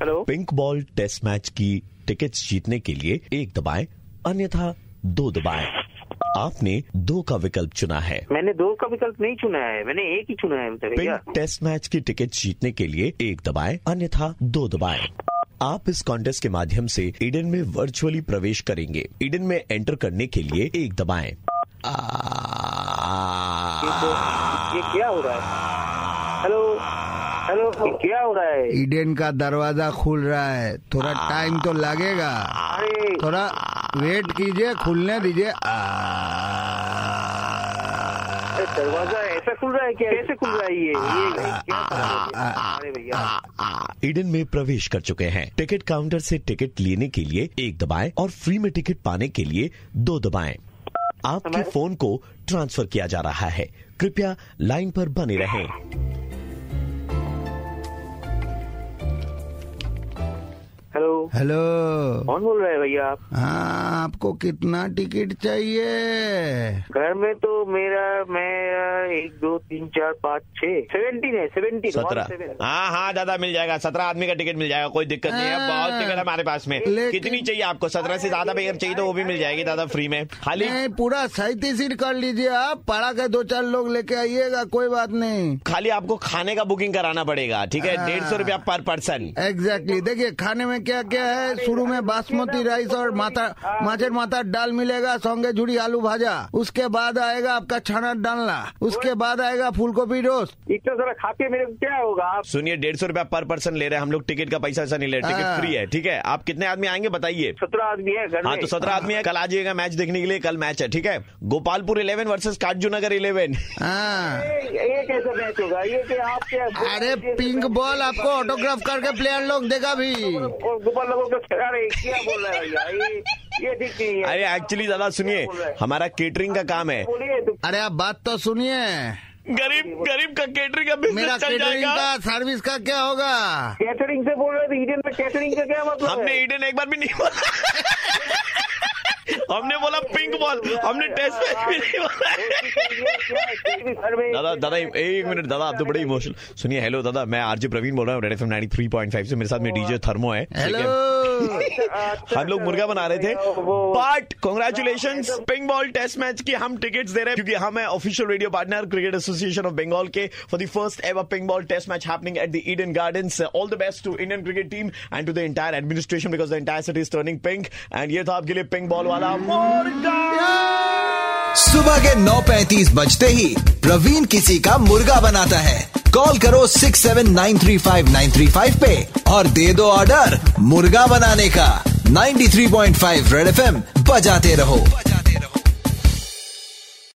Pink ball test match की tickets जीतने के लिए एक दबाएं अन्यथा दो दबाएं आपने दो का विकल्प चुना है मैंने दो का विकल्प नहीं चुना है मैंने एक ही चुना है अभी तक, भैया पिंक टेस्ट मैच की टिकट जीतने के लिए एक दबाएं अन्यथा दो दबाएं आप इस कॉन्टेस्ट के माध्यम से ईडन में वर्चुअली प्रवेश करेंगे ईडन में एंटर करने के लिए एक दबाएं ये तो- ये क्या हो रहा है हेलो हेलो ये क्या हो रहा है ईडन का दरवाजा खुल रहा है थोड़ा टाइम तो लगेगा अरे थोड़ा वेट कीजिए खुलने दीजिए आ, अरे दरवाजा ऐसा खुल रहा है क्या कैसे खुल रहा है ये ये ये क्या कर रहे हो? अरे भैया ईडन में प्रवेश कर चुके हैं टिकट काउंटर से टिकट लेने के लिए एक दबाएं और फ्री में टिकट पाने के लिए दो दबाएं आपके हमारे- फोन को ट्रांसफर किया जा रहा है कृपया लाइन पर बने रहें हेलो हेलो कौन बोल रहे हैं भैया आप हाँ आपको कितना टिकट चाहिए घर में तो मेरा मेरा एक दो तीन चार पाँच छः सेवेंटीन है सेवेंटीन सत्रह हाँ हाँ दादा मिल जाएगा सत्रह आदमी का टिकट मिल जाएगा कोई दिक्कत नहीं है हाँ। बहुत टिकट हमारे पास में लेकिन- कितनी चाहिए आपको सत्रह से ज्यादा भी अगर चाहिए तो वो भी मिल जाएगी दादा फ्री में खाली नहीं पूरा सैतीस सीट कर लीजिए आप पढ़ा के दो चार लोग लेके आइएगा कोई बात नहीं खाली आपको खाने का बुकिंग कराना पड़ेगा ठीक है हाँ। डेढ़ सौ रूपया पर पर्सन एग्जैक्टली exactly. देखिए खाने में क्या क्या है शुरू में बासमती राइस और माता माचर माता दाल मिलेगा सौंगे झुड़ी आलू भाजा उसके बाद आएगा आपका छाना डालना उसके बाद आएगा फूलगोभी रोस्ट इतना सारा खा के मेरे को क्या होगा आप सुनिए डेढ़ सौ रूपया पर पर्सन ले रहे हैं हम लोग टिकट का पैसा ऐसा नहीं ले रहे हाँ। टिकट फ्री है ठीक है आप कितने आदमी आएंगे बताइए सत्रह आदमी है घर हाँ में तो सत्रह आदमी है कल आ जाइएगा मैच देखने के लिए कल मैच है ठीक है Gopalpur eleven versus Katjunagar eleven हाँ ये ये कैसा मैच होगा ये क्या आप क्या अरे पिंक बॉल आपको ऑटोग्राफ करके प्लेयर लोग देगा भी और गोपाल लोगों को खिला रहे क्या बोल रहा है भैया ये ये ठीक नहीं है अरे एक्चुअली दादा सुनिए हमारा केटरिंग का काम है बोलिए तो अरे आप बात तो सुनिए गरीब गरीब का केटरिंग का मेरा बिजनेस चल केटरिंग जाएगा का सर्विस का क्या होगा कैटरिंग से बोल रहे थे ईडन में कैटरिंग का क्या मतलब हमने है? ईडन एक बार भी नहीं बोला हमने बोला पिंक बॉल हमने टेस्ट मैच भी नहीं बोला तो है। दादा दादा दादा एक मिनट दादा आप तो बड़े इमोशनल सुनिए हेलो दादा मैं आरजे प्रवीण बोल रहा हूँ रेड एफएम 93.5 से मेरे साथ में डीजे थर्मो है ठीक हेलो है? हम लोग मुर्गा बना रहे थे but congratulation pink ball test match की हम टिकट्स दे रहे हैं क्योंकि हम है official radio partner cricket association of Bengal के for the first ever pink ball test match happening at the Eden gardens all the best to Indian cricket team and to the entire administration because the entire city is turning pink and ये था आपके लिए pink ball वाला मुर्गा सुबह के 9:35 बजते ही प्रवीण किसी का मुर्गा बनाता है कॉल करो 6793595 पे और दे दो ऑर्डर मुर्गा बनाने का 93.5 रेड एफएम बजाते रहो